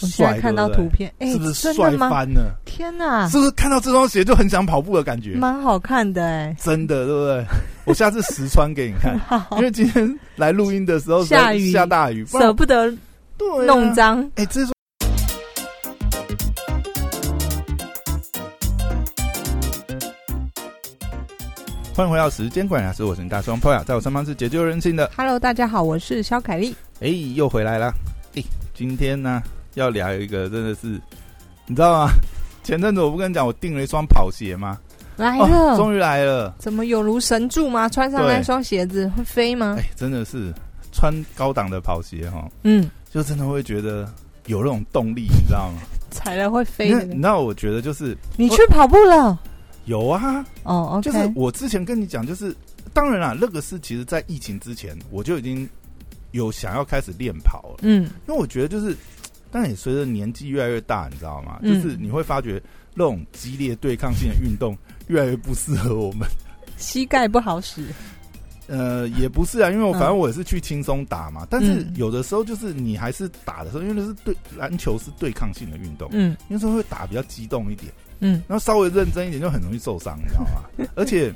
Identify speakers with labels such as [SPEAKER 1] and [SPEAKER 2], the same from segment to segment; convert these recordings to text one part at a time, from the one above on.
[SPEAKER 1] 我现
[SPEAKER 2] 帅
[SPEAKER 1] 在看到
[SPEAKER 2] 对不对
[SPEAKER 1] 图片，哎、
[SPEAKER 2] 是不是
[SPEAKER 1] 真
[SPEAKER 2] 帅
[SPEAKER 1] 的吗？啊
[SPEAKER 2] 翻了？
[SPEAKER 1] 天哪、
[SPEAKER 2] 是不是看到这双鞋就很想跑步的感觉？
[SPEAKER 1] 蛮好看的哎、
[SPEAKER 2] 真的，对不 对？我下次实穿给你看，
[SPEAKER 1] 好
[SPEAKER 2] 因为今天来录音的时候
[SPEAKER 1] 下
[SPEAKER 2] 在
[SPEAKER 1] 雨
[SPEAKER 2] 下大雨，不然
[SPEAKER 1] 舍不得
[SPEAKER 2] 对啊
[SPEAKER 1] 弄脏。
[SPEAKER 2] 哎、这双欢迎回到时间管理师，我是你大双 p o 在我身旁是解救人性的
[SPEAKER 1] Hello，大家好，我是肖凯丽。
[SPEAKER 2] 哎、又回来啦！哎、今天呢、要聊一个真的是，你知道吗？ 前阵子我不跟你讲，我订了一双跑鞋吗？哦
[SPEAKER 1] 来了，
[SPEAKER 2] 终于来了！
[SPEAKER 1] 哦怎么有如神助吗？穿上
[SPEAKER 2] 对
[SPEAKER 1] 那双鞋子会飞吗
[SPEAKER 2] 哎、？真的是穿高档的跑鞋哈，
[SPEAKER 1] 嗯，
[SPEAKER 2] 就真的会觉得有那种动力，你知道吗？
[SPEAKER 1] 踩了会飞
[SPEAKER 2] 因为
[SPEAKER 1] 的
[SPEAKER 2] 你。知道，我觉得就是
[SPEAKER 1] 你去跑步了？
[SPEAKER 2] 有啊，
[SPEAKER 1] 哦，OK，
[SPEAKER 2] 就是我之前跟你讲，就是当然啦，那个是其实在疫情之前我就已经有想要开始练跑了。
[SPEAKER 1] 嗯，
[SPEAKER 2] 因为我觉得就是，但也随着年纪越来越大，你知道吗？
[SPEAKER 1] 嗯
[SPEAKER 2] 就是你会发觉那种激烈对抗性的运动越来越不适合我 们。
[SPEAKER 1] 膝盖不好使。
[SPEAKER 2] 呃，也不是啊，因为我
[SPEAKER 1] 嗯
[SPEAKER 2] 反正我也是去轻松打嘛，但是
[SPEAKER 1] 嗯
[SPEAKER 2] 有的时候就是你还是打的时候，因为那是对篮球是对抗性的运动，
[SPEAKER 1] 嗯
[SPEAKER 2] 有时候会打比较激动一点，
[SPEAKER 1] 嗯，
[SPEAKER 2] 然后稍微认真一点就很容易受伤，你知道 吗？而且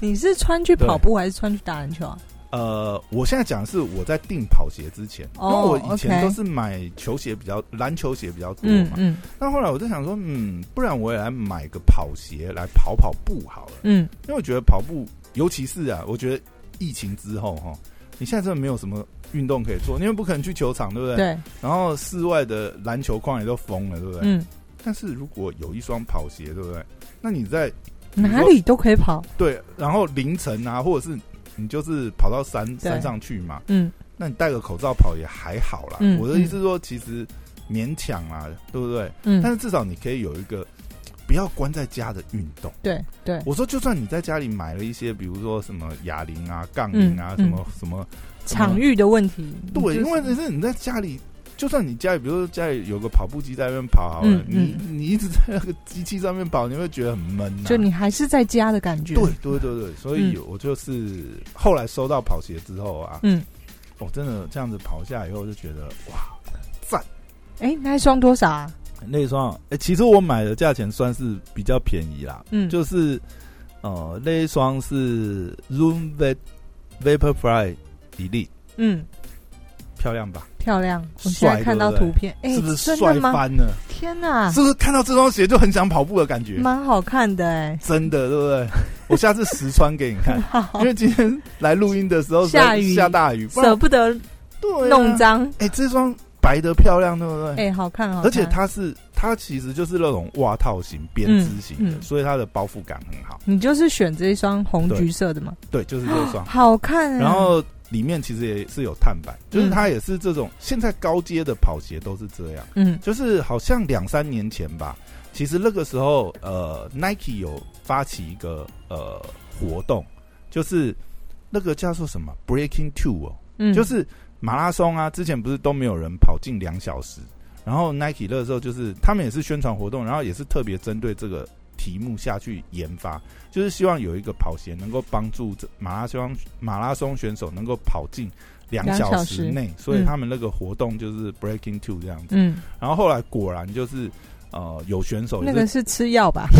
[SPEAKER 1] 你是穿去跑步还是穿去打篮球啊？
[SPEAKER 2] 呃，我现在讲的是我在订跑鞋之前，因
[SPEAKER 1] 哦
[SPEAKER 2] 为我以前
[SPEAKER 1] OK
[SPEAKER 2] 都是买球鞋比较篮球鞋比较多
[SPEAKER 1] 嗯
[SPEAKER 2] 嘛，
[SPEAKER 1] 嗯
[SPEAKER 2] 那后来我就想说，嗯，不然我也来买个跑鞋来跑跑步好了，
[SPEAKER 1] 嗯，
[SPEAKER 2] 因为我觉得跑步，尤其是啊，我觉得疫情之后哈，你现在真的没有什么运动可以做，因为不可能去球场，对不对？
[SPEAKER 1] 对，
[SPEAKER 2] 然后室外的篮球框也都封了，对不对？
[SPEAKER 1] 嗯，
[SPEAKER 2] 但是如果有一双跑鞋，对不对？那你在
[SPEAKER 1] 哪里都可以跑。
[SPEAKER 2] 对，然后凌晨啊，或者是你就是跑到山
[SPEAKER 1] 对
[SPEAKER 2] 山上去嘛，
[SPEAKER 1] 嗯
[SPEAKER 2] 那你戴个口罩跑也还好啦。
[SPEAKER 1] 嗯
[SPEAKER 2] 我的意思是说，其实勉强啦，对不对？但
[SPEAKER 1] 嗯，
[SPEAKER 2] 是至少你可以有一个不要关在家的运动。
[SPEAKER 1] 对对，
[SPEAKER 2] 我说，就算你在家里买了一些，比如说什么哑铃啊、杠铃啊，
[SPEAKER 1] 嗯
[SPEAKER 2] 什么什么，
[SPEAKER 1] 场域的问题。
[SPEAKER 2] 对，
[SPEAKER 1] 就是嗯
[SPEAKER 2] 因为只是你在家里，就算你家里，比如说家里有个跑步机在那边跑好了，
[SPEAKER 1] 嗯
[SPEAKER 2] 你
[SPEAKER 1] 嗯
[SPEAKER 2] 你一直在那个机器上面跑，你会觉得很闷、啊。
[SPEAKER 1] 就你还是在家的感觉。
[SPEAKER 2] 对对对对，所以我就是后来收到跑鞋之后啊，
[SPEAKER 1] 嗯，
[SPEAKER 2] 我真的这样子跑下来以后，就觉得哇，
[SPEAKER 1] 哎，那一双多少啊？
[SPEAKER 2] 那双、诶其实我买的价钱算是比较便宜啦，
[SPEAKER 1] 嗯，
[SPEAKER 2] 就是呃，那一双是 Room Va- Vaporfly Elite，
[SPEAKER 1] 嗯，
[SPEAKER 2] 漂亮吧？
[SPEAKER 1] 漂亮。我现在看到
[SPEAKER 2] 帅对不对
[SPEAKER 1] 图片，哎，
[SPEAKER 2] 是不是
[SPEAKER 1] 真
[SPEAKER 2] 帅
[SPEAKER 1] 的吗？啊
[SPEAKER 2] 翻了？
[SPEAKER 1] 天哪，
[SPEAKER 2] 是不是看到这双鞋就很想跑步的感觉？
[SPEAKER 1] 蛮好看的哎。
[SPEAKER 2] 真的，对不对？ 我下次实穿给你 看，
[SPEAKER 1] 好
[SPEAKER 2] 因为今天来录音的时候
[SPEAKER 1] 下雨
[SPEAKER 2] 下大雨，不然
[SPEAKER 1] 舍不得
[SPEAKER 2] 对啊
[SPEAKER 1] 弄。脏，
[SPEAKER 2] 哎，这双白的漂亮，对不对？
[SPEAKER 1] 哎、好看好看，
[SPEAKER 2] 而且它是它其实就是那种袜套型、编织型的，
[SPEAKER 1] 嗯嗯
[SPEAKER 2] 所以它的包覆感很好。
[SPEAKER 1] 你就是选这一双红
[SPEAKER 2] 对
[SPEAKER 1] 橘色的嘛，
[SPEAKER 2] 对，就是这 双。
[SPEAKER 1] 好看、啊。
[SPEAKER 2] 然后里面其实也是有碳板，就是它也是这种。现在高阶的跑鞋都是这样，
[SPEAKER 1] 嗯
[SPEAKER 2] 就是好像两三年前吧，其实那个时候呃，Nike 有发起一个呃活动，就是那个叫做什么 Breaking Two 哦，
[SPEAKER 1] 嗯，
[SPEAKER 2] 就是马拉松啊，之前不是都没有人跑进两小时，然后 Nike 那个时候就是他们也是宣传活动，然后也是特别针对这个题目下去研发，就是希望有一个跑鞋能够帮助这马拉松马拉松选手能够跑进两小时内，所以他们那个活动就是 Breaking Two 这样子。
[SPEAKER 1] 嗯，
[SPEAKER 2] 然后后来果然就是呃有选手也
[SPEAKER 1] 那
[SPEAKER 2] 是
[SPEAKER 1] 个是吃 药吧，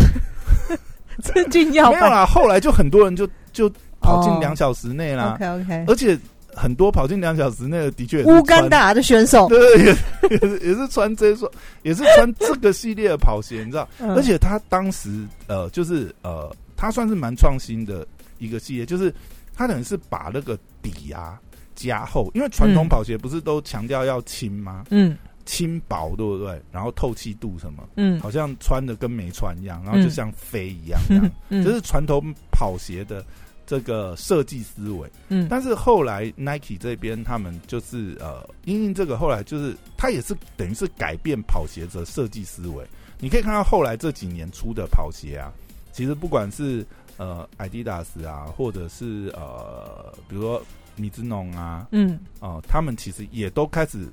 [SPEAKER 1] 吃进药
[SPEAKER 2] 没有
[SPEAKER 1] 吧
[SPEAKER 2] 啦，后来就很多人就就跑进
[SPEAKER 1] 哦
[SPEAKER 2] 两小时内啦，
[SPEAKER 1] ，OK OK，
[SPEAKER 2] 而且很多跑进两小时内的的确也是
[SPEAKER 1] 乌干
[SPEAKER 2] 穿
[SPEAKER 1] 达的选手，
[SPEAKER 2] 对，也也 是也是穿这双，也是穿这个系列的跑鞋，你知道？
[SPEAKER 1] 嗯
[SPEAKER 2] 而且他当时呃，就是呃，他算是蛮创新的一个系列，就是他等于是把那个底啊加厚，因为传统
[SPEAKER 1] 嗯
[SPEAKER 2] 跑鞋不是都强调要轻吗？
[SPEAKER 1] 嗯
[SPEAKER 2] 轻薄，对不对？然后透气度什么，
[SPEAKER 1] 嗯
[SPEAKER 2] 好像穿的跟没穿一样，然后就
[SPEAKER 1] 嗯
[SPEAKER 2] 像飞一样这样
[SPEAKER 1] 嗯， 嗯，
[SPEAKER 2] 这是传统跑鞋的这个设计思维。
[SPEAKER 1] 嗯
[SPEAKER 2] 但是后来 Nike 这边他们就是呃，因应这个后来就是他也是等于是改变跑鞋的设计思维。你可以看到后来这几年出的跑鞋啊，其实不管是呃 Adidas 啊，或者是呃比如说米兹农啊，
[SPEAKER 1] 嗯
[SPEAKER 2] 哦、他们其实也都开始，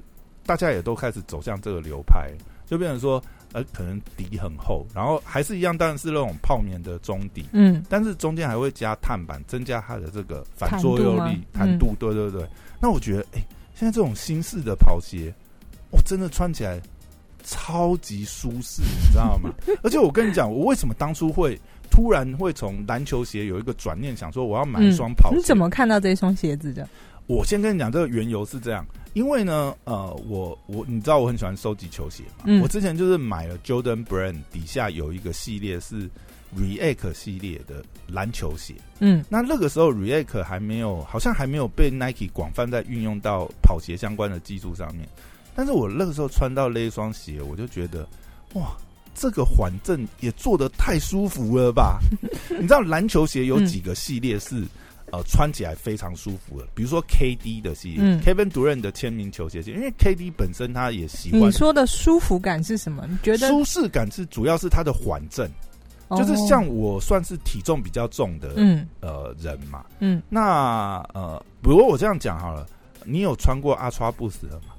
[SPEAKER 2] 大家也都开始走向这个流派，就变成说呃可能底很厚，然后还是一样，当然是那种泡棉的中底，
[SPEAKER 1] 嗯
[SPEAKER 2] 但是中间还会加碳板，增加它的这个反
[SPEAKER 1] 弹
[SPEAKER 2] 作
[SPEAKER 1] 度
[SPEAKER 2] 用
[SPEAKER 1] 吗
[SPEAKER 2] 力、
[SPEAKER 1] 嗯
[SPEAKER 2] 弹度。对哦对对。那我觉得，哎、现在这种新式的跑鞋，我真的穿起来超级舒适，你知道 吗？而且我跟你讲，我为什么当初会突然会从篮球鞋有一个转念，想说我要买一双跑鞋？
[SPEAKER 1] 嗯你怎么看到这双鞋子的？
[SPEAKER 2] 我先跟你讲这个缘由是这样，因为呢，呃，我我你知道我很喜欢收集球鞋嘛，
[SPEAKER 1] 嗯
[SPEAKER 2] 我之前就是买了 Jordan Brand 底下有一个系列是 React 系列的篮球鞋，
[SPEAKER 1] 嗯
[SPEAKER 2] 那那个时候 React 还没有，好像还没有被 Nike 广泛在运用到跑鞋相关的技术上面。但是我那个时候穿到那一双鞋，我就觉得，哇，这个缓震也做的太舒服了 吧？你知道篮球鞋有几个系列是、呃穿起来非常舒服的，比如说 KD 的系列、
[SPEAKER 1] 嗯
[SPEAKER 2] k e v i n Durant 的签名球鞋系列，因为 KD 本身他也喜
[SPEAKER 1] 你
[SPEAKER 2] 欢
[SPEAKER 1] 说的舒服感是什么？你嗯觉得
[SPEAKER 2] 舒适感是主要是它的缓震，就是
[SPEAKER 1] 哦
[SPEAKER 2] 像我算是体重比较重的、
[SPEAKER 1] 嗯
[SPEAKER 2] 呃人嘛，
[SPEAKER 1] 嗯，
[SPEAKER 2] 那呃，比如我这样讲好了，你有穿过阿川布斯的吗？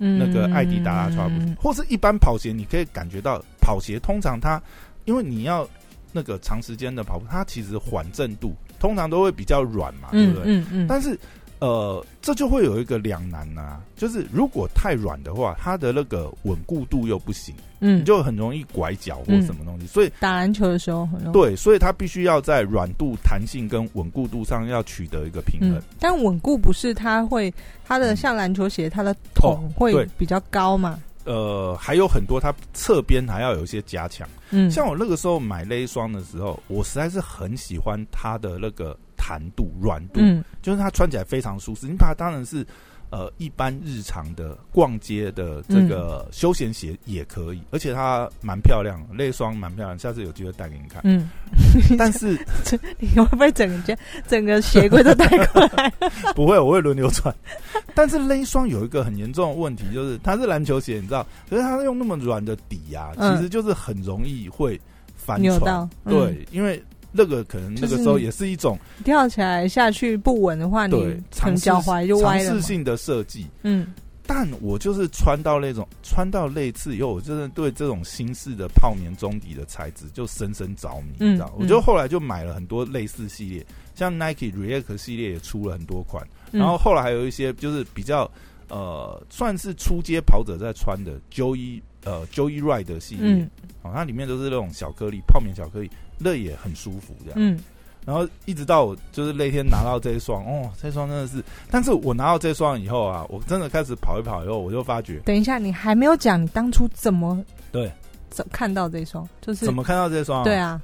[SPEAKER 1] 嗯
[SPEAKER 2] 那个艾迪达阿川布斯，或是一般跑鞋，你可以感觉到跑鞋通常它，因为你要那个长时间的跑步，它其实缓震度通常都会比较软嘛，对
[SPEAKER 1] 嗯
[SPEAKER 2] 不对？
[SPEAKER 1] 嗯嗯，
[SPEAKER 2] 但是呃，这就会有一个两难呐、就是如果太软的话，它的那个稳固度又不行，
[SPEAKER 1] 嗯
[SPEAKER 2] 你就很容易拐角或什么东西，所以
[SPEAKER 1] 打篮球的时候很容易。
[SPEAKER 2] 对，所以它必须要在软度、弹性跟稳固度上要取得一个平衡。
[SPEAKER 1] 嗯，但稳固不是它会，它的
[SPEAKER 2] 嗯
[SPEAKER 1] 像篮球鞋，它的筒
[SPEAKER 2] 对
[SPEAKER 1] 会比较高嘛。
[SPEAKER 2] 呃，还有很多它侧边还要有一些加强。
[SPEAKER 1] 嗯，
[SPEAKER 2] 像我那个时候买那一双的时候，我实在是很喜欢它的那个弹度、软度，
[SPEAKER 1] 嗯
[SPEAKER 2] 就是它穿起来非常舒适。你把它当然是呃一般日常的逛街的这
[SPEAKER 1] 嗯
[SPEAKER 2] 个休闲鞋也可以，而且它蛮漂亮的，那一双蛮漂亮，下次有机会带给你看。
[SPEAKER 1] 嗯，
[SPEAKER 2] 但是
[SPEAKER 1] 你会不会整个家整个鞋柜都带过 来？
[SPEAKER 2] 不会，我会轮流穿。 但是那一双有一个很严重的问题，就是它是篮球鞋，你知道，可是它用那么软的底呀、
[SPEAKER 1] 嗯
[SPEAKER 2] 其实就是很容易会翻
[SPEAKER 1] 扭
[SPEAKER 2] 船
[SPEAKER 1] 到。嗯
[SPEAKER 2] 对，因为那个可能那个时候也是一种
[SPEAKER 1] 跳起来下去不稳的话，你
[SPEAKER 2] 对
[SPEAKER 1] 可
[SPEAKER 2] 尝
[SPEAKER 1] 能
[SPEAKER 2] 试
[SPEAKER 1] 脚踝就歪了
[SPEAKER 2] 尝试
[SPEAKER 1] 嘛。
[SPEAKER 2] 性的设计。
[SPEAKER 1] 嗯
[SPEAKER 2] 但我就是穿到那种穿到那次以后，我真的对这种新式的泡棉中底的材质就深深着迷，
[SPEAKER 1] 嗯
[SPEAKER 2] 你知道？我
[SPEAKER 1] 嗯
[SPEAKER 2] 就后来就买了很多类似系列，像 Nike React 系列也出了很多款。
[SPEAKER 1] 嗯，
[SPEAKER 2] 然后后来还有一些就是比较呃，算是出街跑者在穿的 Joey 呃 Joey Ride 的系列，
[SPEAKER 1] 嗯
[SPEAKER 2] 哦，它里面都是那种小颗粒泡棉小颗粒，那也很舒服这样。
[SPEAKER 1] 嗯
[SPEAKER 2] 然后一直到我就是那天拿到这一双，哦，这双真的是，但是我拿到这双以后啊，我真的开始跑一跑以后，我就发觉
[SPEAKER 1] 等一下，你还没有讲你当初怎么
[SPEAKER 2] 对
[SPEAKER 1] 怎看到这双，就是
[SPEAKER 2] 怎么看到这双、
[SPEAKER 1] 对，啊，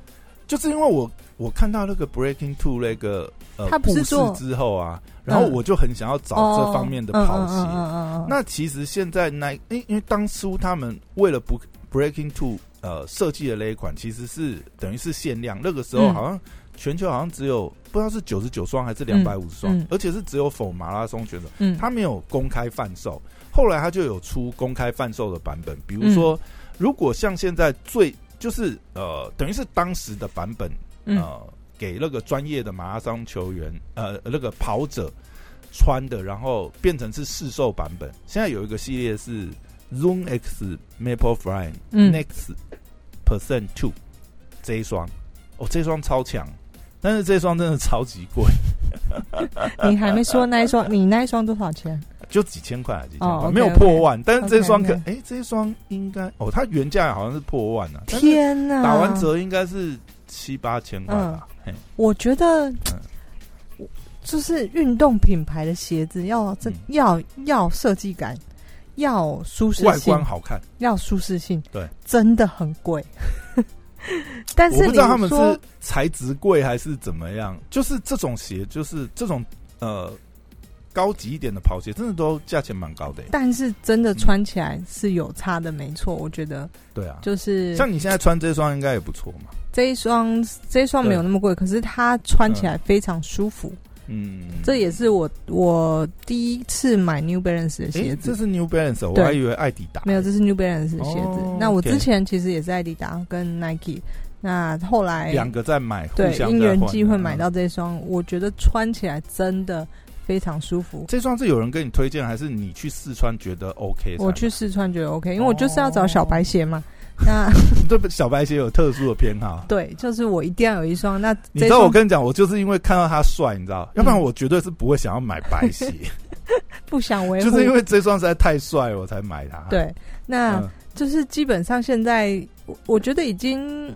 [SPEAKER 2] 就是因为我我看到那个 Breaking Two 那个呃
[SPEAKER 1] 它不
[SPEAKER 2] 故
[SPEAKER 1] 是
[SPEAKER 2] 事
[SPEAKER 1] 做
[SPEAKER 2] 之后啊，然后
[SPEAKER 1] 嗯
[SPEAKER 2] 我就很想要找这方面的
[SPEAKER 1] 哦
[SPEAKER 2] 跑鞋。
[SPEAKER 1] 嗯嗯嗯嗯嗯嗯
[SPEAKER 2] 那其实现在 Nike，因因为当初他们为了不 Breaking Two 呃设计的那一款，其实是等于是限量，那个时候
[SPEAKER 1] 嗯
[SPEAKER 2] 好像全球好像只有不知道是九十九双还是两百五十双
[SPEAKER 1] 嗯，
[SPEAKER 2] 而且是只有否马拉松选手，
[SPEAKER 1] 嗯
[SPEAKER 2] 他没有公开贩售。后来他就有出公开贩售的版本，比
[SPEAKER 1] 嗯
[SPEAKER 2] 如说，如果像现在最就是呃，等于是当时的版本，
[SPEAKER 1] 嗯
[SPEAKER 2] 呃，给那个专业的马拉松球员，呃，那个跑者穿的，然后变成是试售版本。现在有一个系列是 Zoom X Maple Fly
[SPEAKER 1] 嗯
[SPEAKER 2] Next Percent Two 这一双，哦，这双超强，但是这双真的超级贵，
[SPEAKER 1] 你还没说那一双，你那一双多少钱？
[SPEAKER 2] 就几千块，啊几千块、
[SPEAKER 1] 哦，OK，
[SPEAKER 2] 没有破万。但是这双可，哎
[SPEAKER 1] OK，OK
[SPEAKER 2] 这一双应该，哦，它原价好像是破万啊，但是
[SPEAKER 1] 天哪！
[SPEAKER 2] 打完折应该是七八千块吧。
[SPEAKER 1] 嗯
[SPEAKER 2] 嘿
[SPEAKER 1] 我觉得，就是运动品牌的鞋子要这、要要设计感，要舒适
[SPEAKER 2] 外
[SPEAKER 1] 性
[SPEAKER 2] 观，好看，
[SPEAKER 1] 要舒适性，
[SPEAKER 2] 对，
[SPEAKER 1] 真的很贵。但
[SPEAKER 2] 我
[SPEAKER 1] 是
[SPEAKER 2] 不
[SPEAKER 1] 你
[SPEAKER 2] 知道他们
[SPEAKER 1] 说
[SPEAKER 2] 是材质贵还是怎么样，就是这种鞋，就是这种呃高级一点的跑鞋，真的都价钱蛮高的耶。欸
[SPEAKER 1] 但是真的穿起来是有差的，没错。我觉得
[SPEAKER 2] 对啊，
[SPEAKER 1] 就是
[SPEAKER 2] 像你现在穿这双应该也不错嘛。
[SPEAKER 1] 这一双，这一双没有那么贵，可是它穿起来非常舒服。
[SPEAKER 2] 嗯，
[SPEAKER 1] 这也是我我第一次买 New Balance
[SPEAKER 2] 诶
[SPEAKER 1] 的鞋子
[SPEAKER 2] 这，是 New Balance，我哦
[SPEAKER 1] 对
[SPEAKER 2] 还以为艾迪达。欸
[SPEAKER 1] 没有，这是 New Balance 的鞋子。
[SPEAKER 2] 哦
[SPEAKER 1] 那我
[SPEAKER 2] OK
[SPEAKER 1] 之前其实也是艾迪达跟 Nike，那后来
[SPEAKER 2] 两个在买，互
[SPEAKER 1] 对
[SPEAKER 2] 相
[SPEAKER 1] 因
[SPEAKER 2] 在
[SPEAKER 1] 缘
[SPEAKER 2] 换
[SPEAKER 1] 际会
[SPEAKER 2] 嗯
[SPEAKER 1] 买到这双，我觉得穿起来真的非常舒服。
[SPEAKER 2] 这双是有人跟你推荐，还是你去试穿觉得 OK？
[SPEAKER 1] 我去试穿觉得
[SPEAKER 2] 哦
[SPEAKER 1] OK，因为我就是要找小白鞋嘛。那
[SPEAKER 2] 对小白鞋有特殊的偏好。
[SPEAKER 1] 对，就是我一定要有一双。那
[SPEAKER 2] 你知
[SPEAKER 1] 这
[SPEAKER 2] 道
[SPEAKER 1] 双
[SPEAKER 2] 我跟你讲，我就是因为看到他帅，你知道，要不然
[SPEAKER 1] 嗯
[SPEAKER 2] 我绝对是不会想要买白鞋。
[SPEAKER 1] 不想维护，
[SPEAKER 2] 就是因为这双实在太帅，我才买它。
[SPEAKER 1] 对。那啊
[SPEAKER 2] 嗯，
[SPEAKER 1] 就是基本上现在我我觉得已经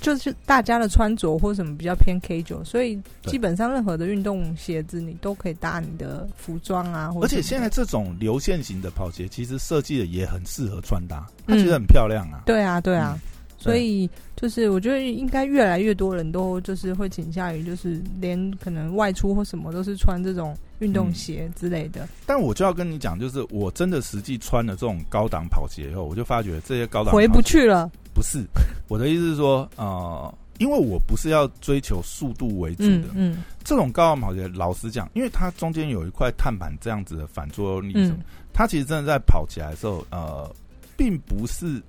[SPEAKER 1] 就是大家的穿着或什么比较偏 K 九，所以
[SPEAKER 2] 对
[SPEAKER 1] 基本上任何的运动鞋子你都可以搭你的服装啊，或
[SPEAKER 2] 而且
[SPEAKER 1] 者什
[SPEAKER 2] 现在
[SPEAKER 1] 么的
[SPEAKER 2] 这种流线型的跑鞋，其实设计的也很适合穿搭，它
[SPEAKER 1] 嗯
[SPEAKER 2] 其实很漂亮啊。
[SPEAKER 1] 对啊对啊，
[SPEAKER 2] 对
[SPEAKER 1] 所以就是我觉得应该越来越多人都就是会倾向于就是连可能外出或什么都是穿这种运
[SPEAKER 2] 嗯
[SPEAKER 1] 动鞋之类的，
[SPEAKER 2] 但我就要跟你讲，就是我真的实际穿了这种高档跑鞋以后，我就发觉这些高档
[SPEAKER 1] 回不
[SPEAKER 2] 跑鞋
[SPEAKER 1] 去了。
[SPEAKER 2] 不是 我的意思是说，呃，因为我不是要追求速度为主的
[SPEAKER 1] 嗯，嗯
[SPEAKER 2] 这种高档跑鞋，老实讲，因为它中间有一块碳板这样子的反作用力什么，
[SPEAKER 1] 嗯
[SPEAKER 2] 它其实真的在跑起来的时候，呃，并不是，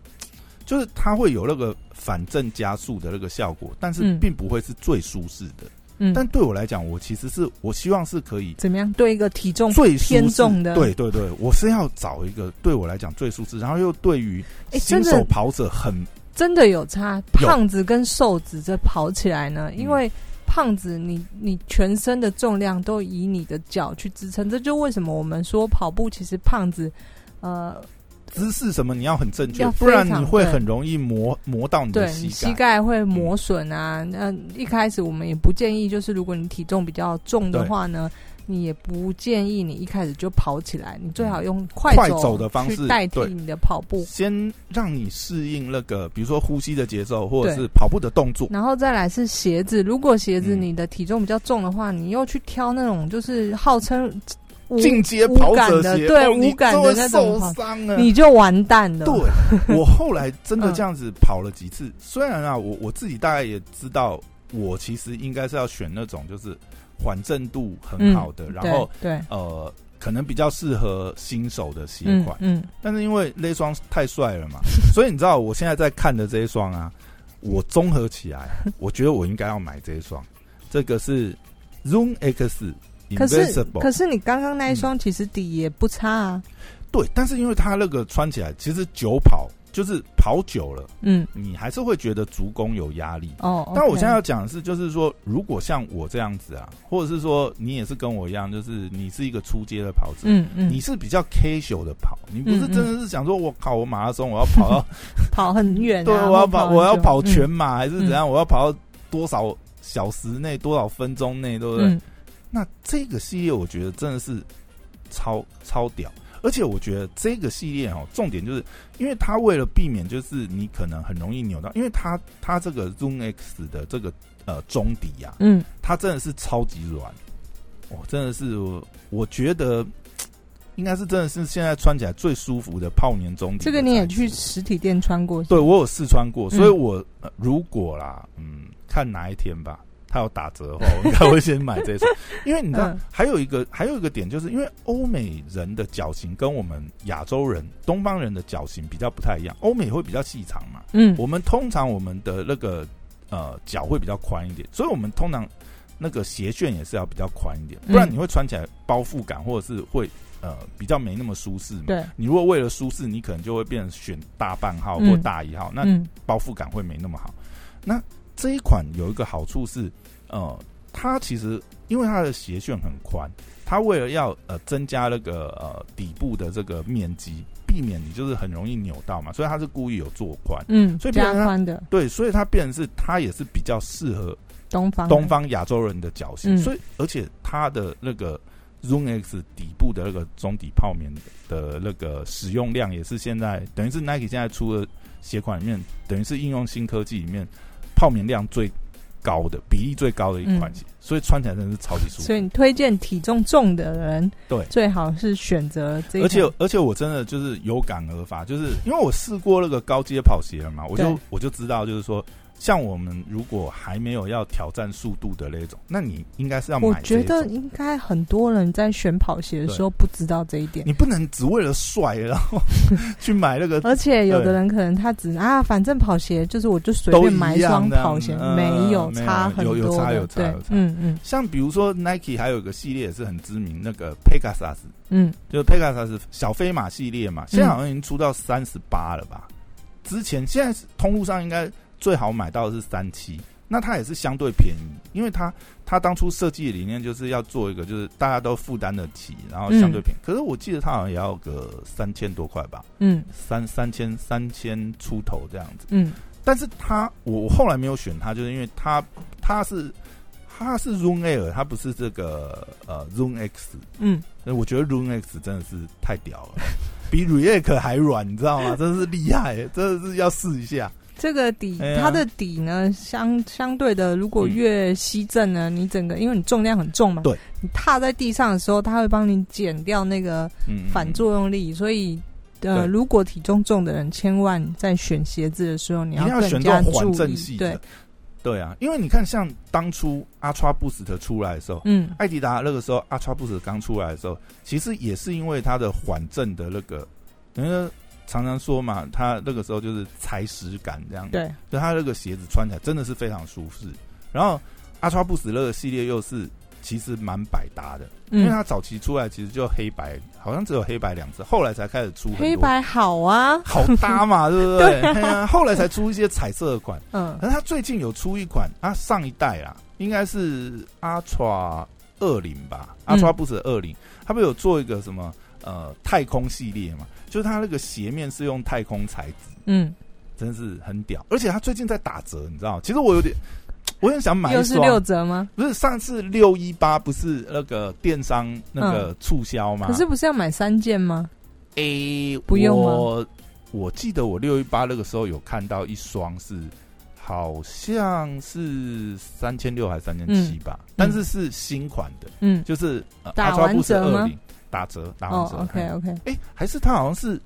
[SPEAKER 2] 就是它会有那个反正加速的那个效果，但是
[SPEAKER 1] 嗯
[SPEAKER 2] 并不会是最舒适的。
[SPEAKER 1] 嗯，
[SPEAKER 2] 但对我来讲，我其实是我希望是可以
[SPEAKER 1] 怎么样对一个体重？
[SPEAKER 2] 最舒
[SPEAKER 1] 偏
[SPEAKER 2] 适
[SPEAKER 1] 重的
[SPEAKER 2] 对对对，我是要找一个对我来讲最舒适，然后又对于
[SPEAKER 1] 哎
[SPEAKER 2] 新
[SPEAKER 1] 真的
[SPEAKER 2] 手跑者很
[SPEAKER 1] 真的有差，
[SPEAKER 2] 有嗯
[SPEAKER 1] 胖子跟瘦子这跑起来呢，因为胖子你你全身的重量都以你的脚去支撑，这就为什么我们说跑步其实胖子，呃，
[SPEAKER 2] 姿势什么你要很正确
[SPEAKER 1] 要，
[SPEAKER 2] 不然
[SPEAKER 1] 非常
[SPEAKER 2] 你会
[SPEAKER 1] 对
[SPEAKER 2] 很容易磨磨到你的
[SPEAKER 1] 对
[SPEAKER 2] 膝
[SPEAKER 1] 你
[SPEAKER 2] 盖。嗯
[SPEAKER 1] 膝盖会磨损啊。那一开始我们也不建议，就是如果你体重比较重的
[SPEAKER 2] 对
[SPEAKER 1] 话呢。你也不建议你一开始就跑起来，你最好用快
[SPEAKER 2] 嗯快
[SPEAKER 1] 走
[SPEAKER 2] 走的方式
[SPEAKER 1] 去代替
[SPEAKER 2] 对
[SPEAKER 1] 你的跑步，
[SPEAKER 2] 先让你适应那个，比如说呼吸的节奏，或者
[SPEAKER 1] 对
[SPEAKER 2] 是跑步的动作。
[SPEAKER 1] 然后再来是鞋子，如果鞋子
[SPEAKER 2] 嗯
[SPEAKER 1] 你的体重比较重的话，你又去挑那种就是号称无
[SPEAKER 2] 嗯进阶跑者
[SPEAKER 1] 无感的
[SPEAKER 2] 鞋，
[SPEAKER 1] 对
[SPEAKER 2] 哦你
[SPEAKER 1] 无感的
[SPEAKER 2] 就会
[SPEAKER 1] 那种
[SPEAKER 2] 受
[SPEAKER 1] 跑
[SPEAKER 2] 伤了。
[SPEAKER 1] 你就完蛋 了。
[SPEAKER 2] 对，我后来真的
[SPEAKER 1] 嗯
[SPEAKER 2] 这样子跑了几次。虽然啊，我我自己大概也知道，我其实应该是要选那种就是缓震度很
[SPEAKER 1] 嗯
[SPEAKER 2] 好的，然
[SPEAKER 1] 对
[SPEAKER 2] 后
[SPEAKER 1] 对，
[SPEAKER 2] 呃，可能比较适合新手的鞋
[SPEAKER 1] 嗯
[SPEAKER 2] 款。
[SPEAKER 1] 嗯，
[SPEAKER 2] 但是因为那双太帅了嘛，所以你知道我现在在看的这一双啊，我综合起来，我觉得我应该要买这一双。这个是 Zoom X
[SPEAKER 1] 可是
[SPEAKER 2] Invisible，
[SPEAKER 1] 可是你刚刚那一
[SPEAKER 2] 嗯
[SPEAKER 1] 双其实底也不差啊，
[SPEAKER 2] 对，但是因为它那个穿起来，其实久跑就是跑久了，
[SPEAKER 1] 嗯
[SPEAKER 2] 你还是会觉得足弓有压力。
[SPEAKER 1] 哦。
[SPEAKER 2] 但我
[SPEAKER 1] OK
[SPEAKER 2] 现在要讲的是，就是说，如果像我这样子啊，或者是说你也是跟我一样，就是你是一个出街的跑者，
[SPEAKER 1] 嗯嗯，
[SPEAKER 2] 你是比较 casual 的跑，你不是
[SPEAKER 1] 嗯嗯
[SPEAKER 2] 真的是想说，我靠，我马拉松我要跑 到
[SPEAKER 1] 跑很远啊，
[SPEAKER 2] 对，我要跑，
[SPEAKER 1] 很
[SPEAKER 2] 我要
[SPEAKER 1] 久
[SPEAKER 2] 跑
[SPEAKER 1] 嗯
[SPEAKER 2] 全马、还是怎
[SPEAKER 1] 嗯
[SPEAKER 2] 样？我要跑到多少小时内，多少分钟内，对不对？
[SPEAKER 1] 嗯
[SPEAKER 2] 那这个系列我觉得真的是超超屌，而且我觉得这个系列哦，重点就是因为它为了避免就是你可能很容易扭到，因为它它这个 Zoom X 的这个呃中底呀、
[SPEAKER 1] 嗯，
[SPEAKER 2] 它真的是超级软，哦，真的是我我觉得。嘖应该是真的是现在穿起来最舒服的泡棉中底。
[SPEAKER 1] 这个你也去实体店穿过，
[SPEAKER 2] 对，我有试穿过，
[SPEAKER 1] 嗯
[SPEAKER 2] 所以我、呃如果啦，嗯，看哪一天吧，它有打折的 话，我应该会先买这一双，因为你知道，
[SPEAKER 1] 嗯
[SPEAKER 2] 还有一个还有一个点，就是因为欧美人的脚型跟我们亚洲人、东方人的脚型比较不太一样，欧美会比较细长嘛，
[SPEAKER 1] 嗯
[SPEAKER 2] 我们通常我们的那个呃脚会比较宽一点，所以我们通常那个鞋楦也是要比较宽一点，不然
[SPEAKER 1] 嗯
[SPEAKER 2] 你会穿起来包覆感或者是会呃比较没那么舒适嘛。
[SPEAKER 1] 对，
[SPEAKER 2] 你如果为了舒适，你可能就会变成选大半号
[SPEAKER 1] 嗯
[SPEAKER 2] 或大一号，那
[SPEAKER 1] 嗯
[SPEAKER 2] 包覆感会没那么好。那这一款有一个好处是，呃，它其实因为它的鞋楦很宽，它为了要呃增加那个呃底部的这个面积，避免你就是很容易扭到嘛，所以它是故意有做宽。
[SPEAKER 1] 嗯，
[SPEAKER 2] 所以变
[SPEAKER 1] 加
[SPEAKER 2] 成它
[SPEAKER 1] 宽的
[SPEAKER 2] 对，所以它变成是它也是比较适合
[SPEAKER 1] 东方
[SPEAKER 2] 东方亚洲人的脚型，
[SPEAKER 1] 嗯
[SPEAKER 2] 所以而且它的那个 Zoom X 底部的那个中底泡棉的那个使用量也是现在等于是 Nike 现在出的鞋款里面，等于是应用新科技里面泡棉量最高的比例最高的一款鞋，所以穿起来真的是超级舒服。
[SPEAKER 1] 嗯所以你推荐体重重的人，
[SPEAKER 2] 对
[SPEAKER 1] 最好是选择这一
[SPEAKER 2] 而且
[SPEAKER 1] 款
[SPEAKER 2] 而且我真的就是有感而发，就是因为我试过那个高阶跑鞋了嘛，我就
[SPEAKER 1] 对
[SPEAKER 2] 我就知道，就是说，像我们如果还没有要挑战速度的那种，那你应该是要
[SPEAKER 1] 我
[SPEAKER 2] 买这
[SPEAKER 1] 觉
[SPEAKER 2] 一种。
[SPEAKER 1] 得应该很多人在选跑鞋的时候不知道这一点，
[SPEAKER 2] 你不能只为了帅，然后去买那个。
[SPEAKER 1] 而且有的人可能他只啊，反正跑鞋就是我就随
[SPEAKER 2] 都
[SPEAKER 1] 便
[SPEAKER 2] 一
[SPEAKER 1] 买一双
[SPEAKER 2] 样这样
[SPEAKER 1] 跑鞋，
[SPEAKER 2] 嗯
[SPEAKER 1] 没有
[SPEAKER 2] 没有
[SPEAKER 1] 差很
[SPEAKER 2] 有
[SPEAKER 1] 多
[SPEAKER 2] 有差
[SPEAKER 1] 的
[SPEAKER 2] 有差
[SPEAKER 1] 对
[SPEAKER 2] 有差
[SPEAKER 1] 嗯嗯
[SPEAKER 2] 像比如说 Nike 还有一个系列也是很知名，那个 Pegasus，
[SPEAKER 1] 嗯，
[SPEAKER 2] 就是 Pegasus 小飞马系列嘛，现在好像已经出到三十八了吧？之前现在通路上应该最好买到的是三七，那它也是相对便宜，因为它它当初设计的理念就是要做一个就是大家都负担得起，然后相对便宜。可是我记得它好像也要个三千多块吧，
[SPEAKER 1] 嗯
[SPEAKER 2] 三三千三千出头这样子。
[SPEAKER 1] 嗯
[SPEAKER 2] 但是它我我后来没有选它，就是因为它它是它是 Zoom Air，它不是这个呃 Zoom X。
[SPEAKER 1] 嗯，
[SPEAKER 2] 那我觉得 Rune X 真的是太屌 了，比 React 还软，你知道吗？真是厉害，真的是要试一下。
[SPEAKER 1] 这个底
[SPEAKER 2] 哎呀嗯
[SPEAKER 1] 它的底呢，相相对的，如果越吸震呢，你整个因为你重量很重嘛，
[SPEAKER 2] 对，
[SPEAKER 1] 你踏在地上的时候，它会帮你减掉那个
[SPEAKER 2] 嗯，
[SPEAKER 1] 反作用力，所以。
[SPEAKER 2] 对
[SPEAKER 1] 呃，如果体重重的人，千万在选鞋子的时候，你
[SPEAKER 2] 一定要
[SPEAKER 1] 更
[SPEAKER 2] 选这
[SPEAKER 1] 加
[SPEAKER 2] 种缓
[SPEAKER 1] 注
[SPEAKER 2] 震
[SPEAKER 1] 意。
[SPEAKER 2] 系
[SPEAKER 1] 对
[SPEAKER 2] 的，。对啊，因为你看，像当初 Ultra Boost 出来的时候，
[SPEAKER 1] 嗯
[SPEAKER 2] 艾迪达那个时候 Ultra Boost 刚出来的时候，其实也是因为它的缓震的那个，人家常常说嘛，它那个时候就是踩实感这样，
[SPEAKER 1] 对，
[SPEAKER 2] 所以它那个鞋子穿起来真的是非常舒适。然后啊 Ultra Boost 那个系列又是其实蛮百搭的。因为
[SPEAKER 1] 嗯，
[SPEAKER 2] 它早期出来其实就黑白，好像只有黑白两只，后来才开始出很多
[SPEAKER 1] 黑白好啊，
[SPEAKER 2] 好搭嘛，对不 对？对啊， 后来才出一些彩色的款。
[SPEAKER 1] 嗯
[SPEAKER 2] 可是它最近有出一款，啊，上一代啦，应该是 Ultra 二零吧
[SPEAKER 1] 嗯
[SPEAKER 2] ，Ultra Boost 二零，它不是有做一个什么呃太空系列嘛？就是它那个鞋面是用太空材质，
[SPEAKER 1] 嗯，
[SPEAKER 2] 真是很屌。而且它最近在打折，你知道吗？其实我有点，我很想买一
[SPEAKER 1] 又是
[SPEAKER 2] 双，
[SPEAKER 1] 六折吗？
[SPEAKER 2] 不是上次六一八不是那个电商那个促销吗？
[SPEAKER 1] 嗯可是不是要买三件吗？
[SPEAKER 2] 诶、
[SPEAKER 1] 不用吗
[SPEAKER 2] 我我记得我六一八那个时候有看到一双是，好像是三千六还是三千七吧、但是是新款的，
[SPEAKER 1] 嗯，
[SPEAKER 2] 就是、呃、
[SPEAKER 1] 打
[SPEAKER 2] 阿抓
[SPEAKER 1] 完
[SPEAKER 2] 布是
[SPEAKER 1] 折
[SPEAKER 2] 二
[SPEAKER 1] 吗
[SPEAKER 2] 零打折打完
[SPEAKER 1] 哦
[SPEAKER 2] 折。
[SPEAKER 1] ，OK OK，
[SPEAKER 2] 哎、还是它好像是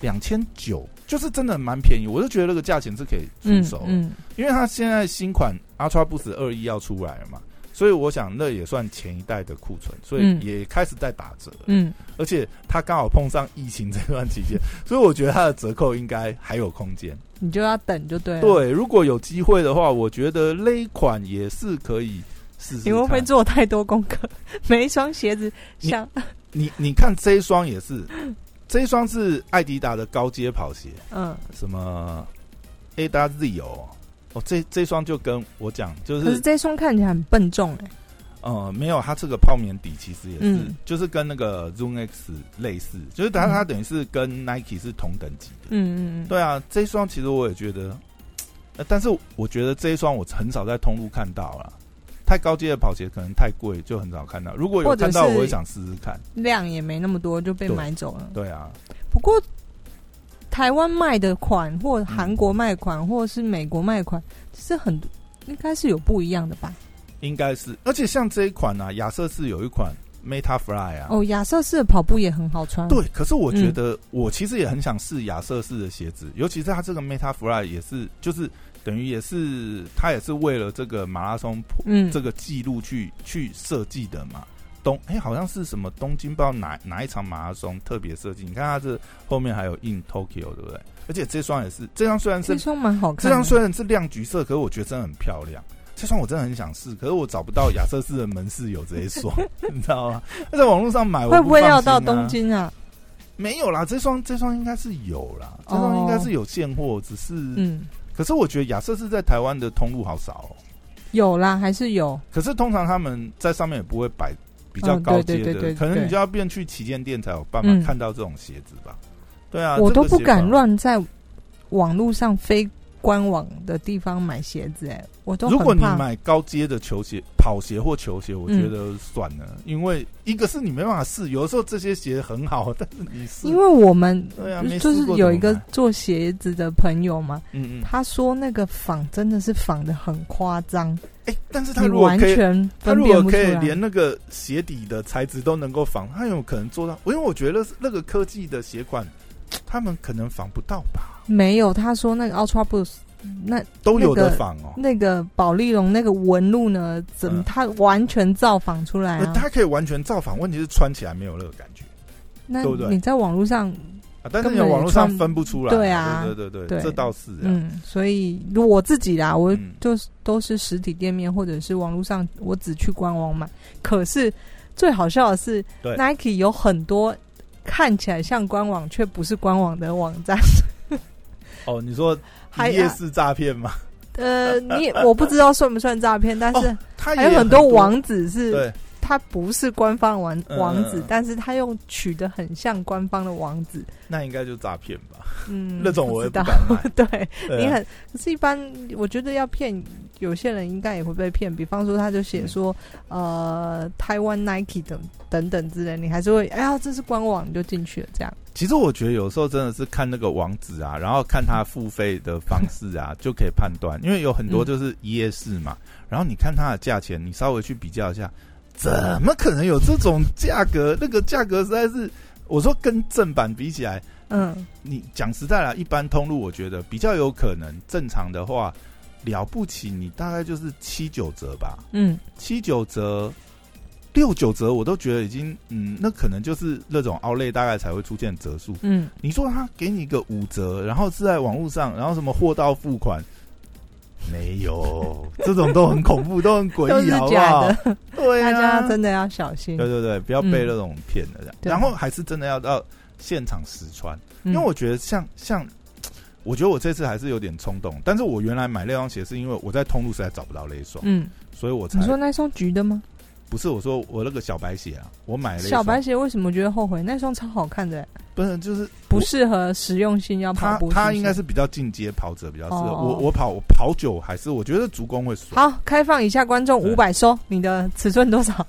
[SPEAKER 2] 两千九，就是真的蛮便宜，我就觉得那个价钱是可以出
[SPEAKER 1] 嗯
[SPEAKER 2] 手的
[SPEAKER 1] 嗯，
[SPEAKER 2] 因为它现在新款 Ultra Boost 二一要出来了嘛，所以我想那也算前一代的库存，所以
[SPEAKER 1] 嗯
[SPEAKER 2] 也开始在打折。
[SPEAKER 1] 嗯，
[SPEAKER 2] 而且它刚好碰上疫情这段期间， 所以我觉得它的折扣应该还有空间。
[SPEAKER 1] 你就要等就对了。，啊
[SPEAKER 2] 对，如果有机会的话，我觉得那一款也是可以试试
[SPEAKER 1] 你会不会
[SPEAKER 2] 看。
[SPEAKER 1] 做太多功课？每一双鞋子
[SPEAKER 2] 你
[SPEAKER 1] 像
[SPEAKER 2] 你你看这一双也是，这一双是艾迪达的高阶跑鞋，
[SPEAKER 1] 嗯，
[SPEAKER 2] 什么 A W Z 哦，哦这这双就跟我讲，就
[SPEAKER 1] 可
[SPEAKER 2] 是
[SPEAKER 1] 是这双看起来很笨重哎。
[SPEAKER 2] 呃，没有，它这个泡棉底其实也是，
[SPEAKER 1] 嗯
[SPEAKER 2] 就是跟那个 Zoom X 类似，就是它、
[SPEAKER 1] 嗯
[SPEAKER 2] 它等于是跟 Nike 是同等级的。
[SPEAKER 1] 嗯嗯嗯，
[SPEAKER 2] 对啊，这一双其实我也觉得，呃但是我觉得这一双我很少在通路看到啦。太高阶的跑鞋可能太贵，就很少看到。如果有
[SPEAKER 1] 或者
[SPEAKER 2] 看到，
[SPEAKER 1] 是
[SPEAKER 2] 我也想试试看。
[SPEAKER 1] 量也没那么多就被
[SPEAKER 2] 对
[SPEAKER 1] 买走了。
[SPEAKER 2] 对啊，
[SPEAKER 1] 不过台湾卖的款或韩国卖款或是美国卖款，其实很多应该是有不一样的吧？
[SPEAKER 2] 应该是。而且像这一款啊，亚瑟士有一款 Meta Fly 啊，
[SPEAKER 1] 哦，嗯亚瑟士的跑步也很好穿。
[SPEAKER 2] 对。可是我觉得我其实也很想试亚瑟士的鞋子，尤其是它这个 Meta Fly 也是，就是等于也是它也是为了这个马拉松破
[SPEAKER 1] 嗯，
[SPEAKER 2] 这个记录去去设计的嘛。东哎、好像是什么东京不知道哪哪一场马拉松特别设计。你看它这后面还有 in Tokyo，对不对？而且这双也是，这双虽然
[SPEAKER 1] 这
[SPEAKER 2] 是
[SPEAKER 1] 双蛮好看的。
[SPEAKER 2] 这双虽然是亮橘色，可是我觉得真的很漂亮。这双我真的很想试，可是我找不到亚瑟士的门市有这一 双，你知道吗？那在网络上买我
[SPEAKER 1] 会不会
[SPEAKER 2] 放
[SPEAKER 1] 要
[SPEAKER 2] 心啊
[SPEAKER 1] 到东？京啊？
[SPEAKER 2] 没有啦，这双这双应该是有啦，这
[SPEAKER 1] 哦
[SPEAKER 2] 双应该是有现货，只是、
[SPEAKER 1] 嗯，
[SPEAKER 2] 可是我觉得亚瑟士在台湾的通路好少、哦。
[SPEAKER 1] 有啦，还是有。
[SPEAKER 2] 可是通常他们在上面也不会摆比较高阶
[SPEAKER 1] 嗯对对对
[SPEAKER 2] 的，
[SPEAKER 1] 对
[SPEAKER 2] 可能你
[SPEAKER 1] 对
[SPEAKER 2] 就要变去旗舰店才有办法
[SPEAKER 1] 嗯
[SPEAKER 2] 看到这种鞋子吧。对啊，
[SPEAKER 1] 我
[SPEAKER 2] 这个
[SPEAKER 1] 都不
[SPEAKER 2] 鞋
[SPEAKER 1] 敢
[SPEAKER 2] 款。
[SPEAKER 1] 乱在网络上非官网的地方买鞋子、哎，我都
[SPEAKER 2] 如果
[SPEAKER 1] 很
[SPEAKER 2] 你
[SPEAKER 1] 怕。
[SPEAKER 2] 买高阶的球鞋、跑鞋或球鞋，我觉
[SPEAKER 1] 嗯
[SPEAKER 2] 得算了，因为一个是你没办法试，有的时候这些鞋很好，但是你试，
[SPEAKER 1] 因为我们
[SPEAKER 2] 对啊，没
[SPEAKER 1] 就
[SPEAKER 2] 试
[SPEAKER 1] 是
[SPEAKER 2] 过
[SPEAKER 1] 有一
[SPEAKER 2] 怎么
[SPEAKER 1] 个
[SPEAKER 2] 买
[SPEAKER 1] 做鞋子的朋友嘛，
[SPEAKER 2] 嗯嗯，
[SPEAKER 1] 他说那个仿真的是仿的很夸张，
[SPEAKER 2] 哎、但是他
[SPEAKER 1] 你
[SPEAKER 2] 如果
[SPEAKER 1] 完
[SPEAKER 2] 可以，
[SPEAKER 1] 全
[SPEAKER 2] 他
[SPEAKER 1] 分
[SPEAKER 2] 如
[SPEAKER 1] 辨
[SPEAKER 2] 果
[SPEAKER 1] 不出
[SPEAKER 2] 可以
[SPEAKER 1] 来。
[SPEAKER 2] 连那个鞋底的材质都能够仿，他有可能做到，因为我觉得那个科技的鞋款，他们可能仿不到吧，
[SPEAKER 1] 没有，他说那个 Ultra Boost 那
[SPEAKER 2] 都有
[SPEAKER 1] 那
[SPEAKER 2] 的
[SPEAKER 1] 个
[SPEAKER 2] 仿哦、
[SPEAKER 1] 那个宝丽龙那个纹路呢，怎么
[SPEAKER 2] 嗯
[SPEAKER 1] 他完全造仿出来
[SPEAKER 2] 呃，
[SPEAKER 1] 啊？
[SPEAKER 2] 它可以完全造反，问题是穿起来没有那个感觉
[SPEAKER 1] 那
[SPEAKER 2] 对不对
[SPEAKER 1] 你在网络上
[SPEAKER 2] 啊。但是你
[SPEAKER 1] 根本
[SPEAKER 2] 网络上
[SPEAKER 1] 穿
[SPEAKER 2] 分不出来，
[SPEAKER 1] 对啊
[SPEAKER 2] 对对对，
[SPEAKER 1] 对
[SPEAKER 2] 这倒是啊。
[SPEAKER 1] 嗯，所以如我自己啦，我
[SPEAKER 2] 嗯
[SPEAKER 1] 就是都是实体店面或者是网络上，我只去官网买。可是最好笑的是
[SPEAKER 2] 对
[SPEAKER 1] ，Nike 有很多看起来像官网 却不是官网的网站，
[SPEAKER 2] 哦，你说
[SPEAKER 1] 还
[SPEAKER 2] 夜市诈骗吗？
[SPEAKER 1] 呃，你也我不知道算不算诈骗，但是
[SPEAKER 2] 哦他
[SPEAKER 1] 还有
[SPEAKER 2] 很
[SPEAKER 1] 很多网址是
[SPEAKER 2] 对
[SPEAKER 1] 它不是官方网
[SPEAKER 2] 嗯
[SPEAKER 1] 网
[SPEAKER 2] 嗯
[SPEAKER 1] 址
[SPEAKER 2] 嗯，
[SPEAKER 1] 但是它用取得很像官方的网址，
[SPEAKER 2] 那应该就诈骗吧？
[SPEAKER 1] 嗯，
[SPEAKER 2] 那种
[SPEAKER 1] 不
[SPEAKER 2] 我也不
[SPEAKER 1] 知道
[SPEAKER 2] 敢。买。
[SPEAKER 1] 对，
[SPEAKER 2] 对啊
[SPEAKER 1] 你很可是，一般我觉得要骗有些人应该也会被骗，比方说他就写说、呃台湾 Nike 等等等之类，你还是会哎呀这是官网你就进去了这样。
[SPEAKER 2] 其实我觉得有时候真的是看那个网址啊，然后看他付费的方式啊，就可以判断。因为有很
[SPEAKER 1] 嗯
[SPEAKER 2] 多就是夜市嘛，然后你看它的价钱，你稍微去比较一下，怎么可能有这种价格？那个价格实在是，我说跟正版比起来，
[SPEAKER 1] 嗯，
[SPEAKER 2] 你讲实在啦，一般通路我觉得比较有可能，正常的话了不起，你大概就是七九折吧，
[SPEAKER 1] 嗯，
[SPEAKER 2] 七九折。六九折我都觉得已经，嗯，那可能就是那种奥类大概才会出现折数，
[SPEAKER 1] 嗯，
[SPEAKER 2] 你说他给你个五折，然后是在网络上，然后什么货到付款，没 有，这种都很恐怖，都很
[SPEAKER 1] 都
[SPEAKER 2] 诡
[SPEAKER 1] 是
[SPEAKER 2] 异，好不
[SPEAKER 1] 假
[SPEAKER 2] 好
[SPEAKER 1] 的，？
[SPEAKER 2] 对
[SPEAKER 1] 大
[SPEAKER 2] 啊
[SPEAKER 1] 家，真的要小心。
[SPEAKER 2] 对对对，不要被那种骗的这样。
[SPEAKER 1] 对
[SPEAKER 2] 然后还是真的要到现场实穿，
[SPEAKER 1] 因
[SPEAKER 2] 因为我觉得像像，我觉得我这次还是有点冲动，但是我原来买那双鞋是因为我在通路实在找不到那一双，
[SPEAKER 1] 嗯，
[SPEAKER 2] 所以我才
[SPEAKER 1] 你说那双橘的吗？
[SPEAKER 2] 不是我说我那个小白鞋啊，我买了一
[SPEAKER 1] 小
[SPEAKER 2] 双
[SPEAKER 1] 白鞋为什么觉得后悔？那双超好看的、
[SPEAKER 2] 不是就是
[SPEAKER 1] 不适合实用性要跑
[SPEAKER 2] 他
[SPEAKER 1] 步。
[SPEAKER 2] 他
[SPEAKER 1] 不
[SPEAKER 2] 应该是比较进阶跑者比较适合。
[SPEAKER 1] 哦
[SPEAKER 2] 我我跑我跑久还是我觉得足弓会酸。
[SPEAKER 1] 好，开放一下观众
[SPEAKER 2] 对
[SPEAKER 1] 五百收，你的尺寸多少？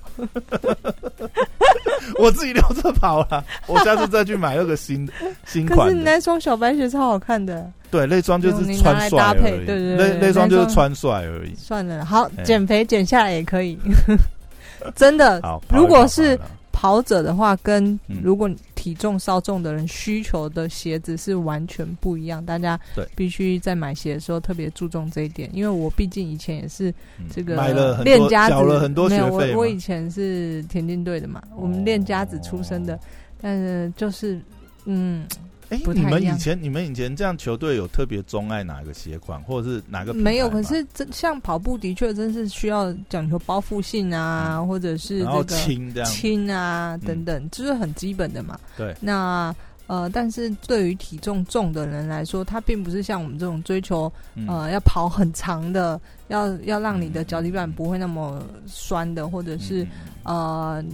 [SPEAKER 2] 我自己留着跑 啦，我下次再去买那个新新
[SPEAKER 1] 可
[SPEAKER 2] 款
[SPEAKER 1] 是你
[SPEAKER 2] 的。
[SPEAKER 1] 那双小白鞋超好看的。
[SPEAKER 2] 对，那双就是穿帅
[SPEAKER 1] 用你拿来搭
[SPEAKER 2] 而
[SPEAKER 1] 配
[SPEAKER 2] 已。
[SPEAKER 1] 对对
[SPEAKER 2] 那
[SPEAKER 1] 对
[SPEAKER 2] 那双就
[SPEAKER 1] 那
[SPEAKER 2] 是
[SPEAKER 1] 双
[SPEAKER 2] 穿帅而已。
[SPEAKER 1] 算了，好
[SPEAKER 2] 哎，
[SPEAKER 1] 减肥减下来也可以。 真的，
[SPEAKER 2] 好，
[SPEAKER 1] 如
[SPEAKER 2] 跑一
[SPEAKER 1] 果
[SPEAKER 2] 跑
[SPEAKER 1] 是
[SPEAKER 2] 好了
[SPEAKER 1] 跑者的话，跟
[SPEAKER 2] 嗯
[SPEAKER 1] 如果你体重稍重的人需求的鞋子是完全不一样。大家
[SPEAKER 2] 对
[SPEAKER 1] 必须在买鞋的时候特别注重这一点，因为我毕竟以前也是
[SPEAKER 2] 嗯
[SPEAKER 1] 这个
[SPEAKER 2] 买了很
[SPEAKER 1] 练
[SPEAKER 2] 多，
[SPEAKER 1] 家子，
[SPEAKER 2] 缴了很多学
[SPEAKER 1] 没有
[SPEAKER 2] 费
[SPEAKER 1] 我
[SPEAKER 2] 嘛
[SPEAKER 1] 我以前是田径队的嘛，我
[SPEAKER 2] 哦
[SPEAKER 1] 们练家子出身的，但是就是嗯，
[SPEAKER 2] 哎，
[SPEAKER 1] 不太
[SPEAKER 2] 你们
[SPEAKER 1] 一样
[SPEAKER 2] 以前你们以前这样球队有特别钟爱哪个鞋款，或者是哪个品牌
[SPEAKER 1] 没有。
[SPEAKER 2] 吗
[SPEAKER 1] 可是真像跑步的确真是需要讲求包覆性啊，或者是
[SPEAKER 2] 嗯然后
[SPEAKER 1] 这个
[SPEAKER 2] 轻这样，
[SPEAKER 1] 轻啊
[SPEAKER 2] 嗯
[SPEAKER 1] 等等，就是很基本的嘛。
[SPEAKER 2] 对
[SPEAKER 1] 那呃，但是对于体重重的人来说，他并不是像我们这种追求
[SPEAKER 2] 嗯
[SPEAKER 1] 呃要跑很长的，要要让你的脚底板
[SPEAKER 2] 嗯
[SPEAKER 1] 不会那么酸的，或者
[SPEAKER 2] 嗯
[SPEAKER 1] 是
[SPEAKER 2] 嗯嗯
[SPEAKER 1] 呃。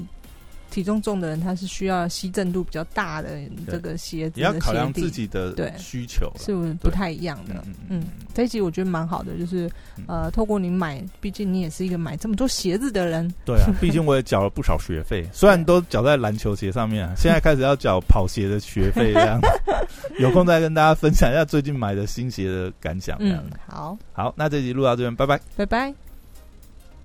[SPEAKER 1] 体重重的人，他是需要吸震度比较大的这个鞋子
[SPEAKER 2] 也要
[SPEAKER 1] 的
[SPEAKER 2] 考
[SPEAKER 1] 鞋
[SPEAKER 2] 量
[SPEAKER 1] 底
[SPEAKER 2] 自，己
[SPEAKER 1] 对
[SPEAKER 2] 的需求啦。
[SPEAKER 1] 是不是不
[SPEAKER 2] 对
[SPEAKER 1] 太一样的？
[SPEAKER 2] 嗯
[SPEAKER 1] 嗯，这一集我觉得蛮好的，就是
[SPEAKER 2] 嗯
[SPEAKER 1] 呃，透过你买，毕竟你也是一个买这么多鞋子的人，
[SPEAKER 2] 对啊，毕竟我也缴了不少学费，虽然都缴在篮球鞋上面、啊，现在开始要缴跑鞋的学费，这 样有空再跟大家分享一下最近买的新鞋的感想。这样、
[SPEAKER 1] 嗯，好，
[SPEAKER 2] 好，那这集录到这边，拜拜。
[SPEAKER 1] 拜拜。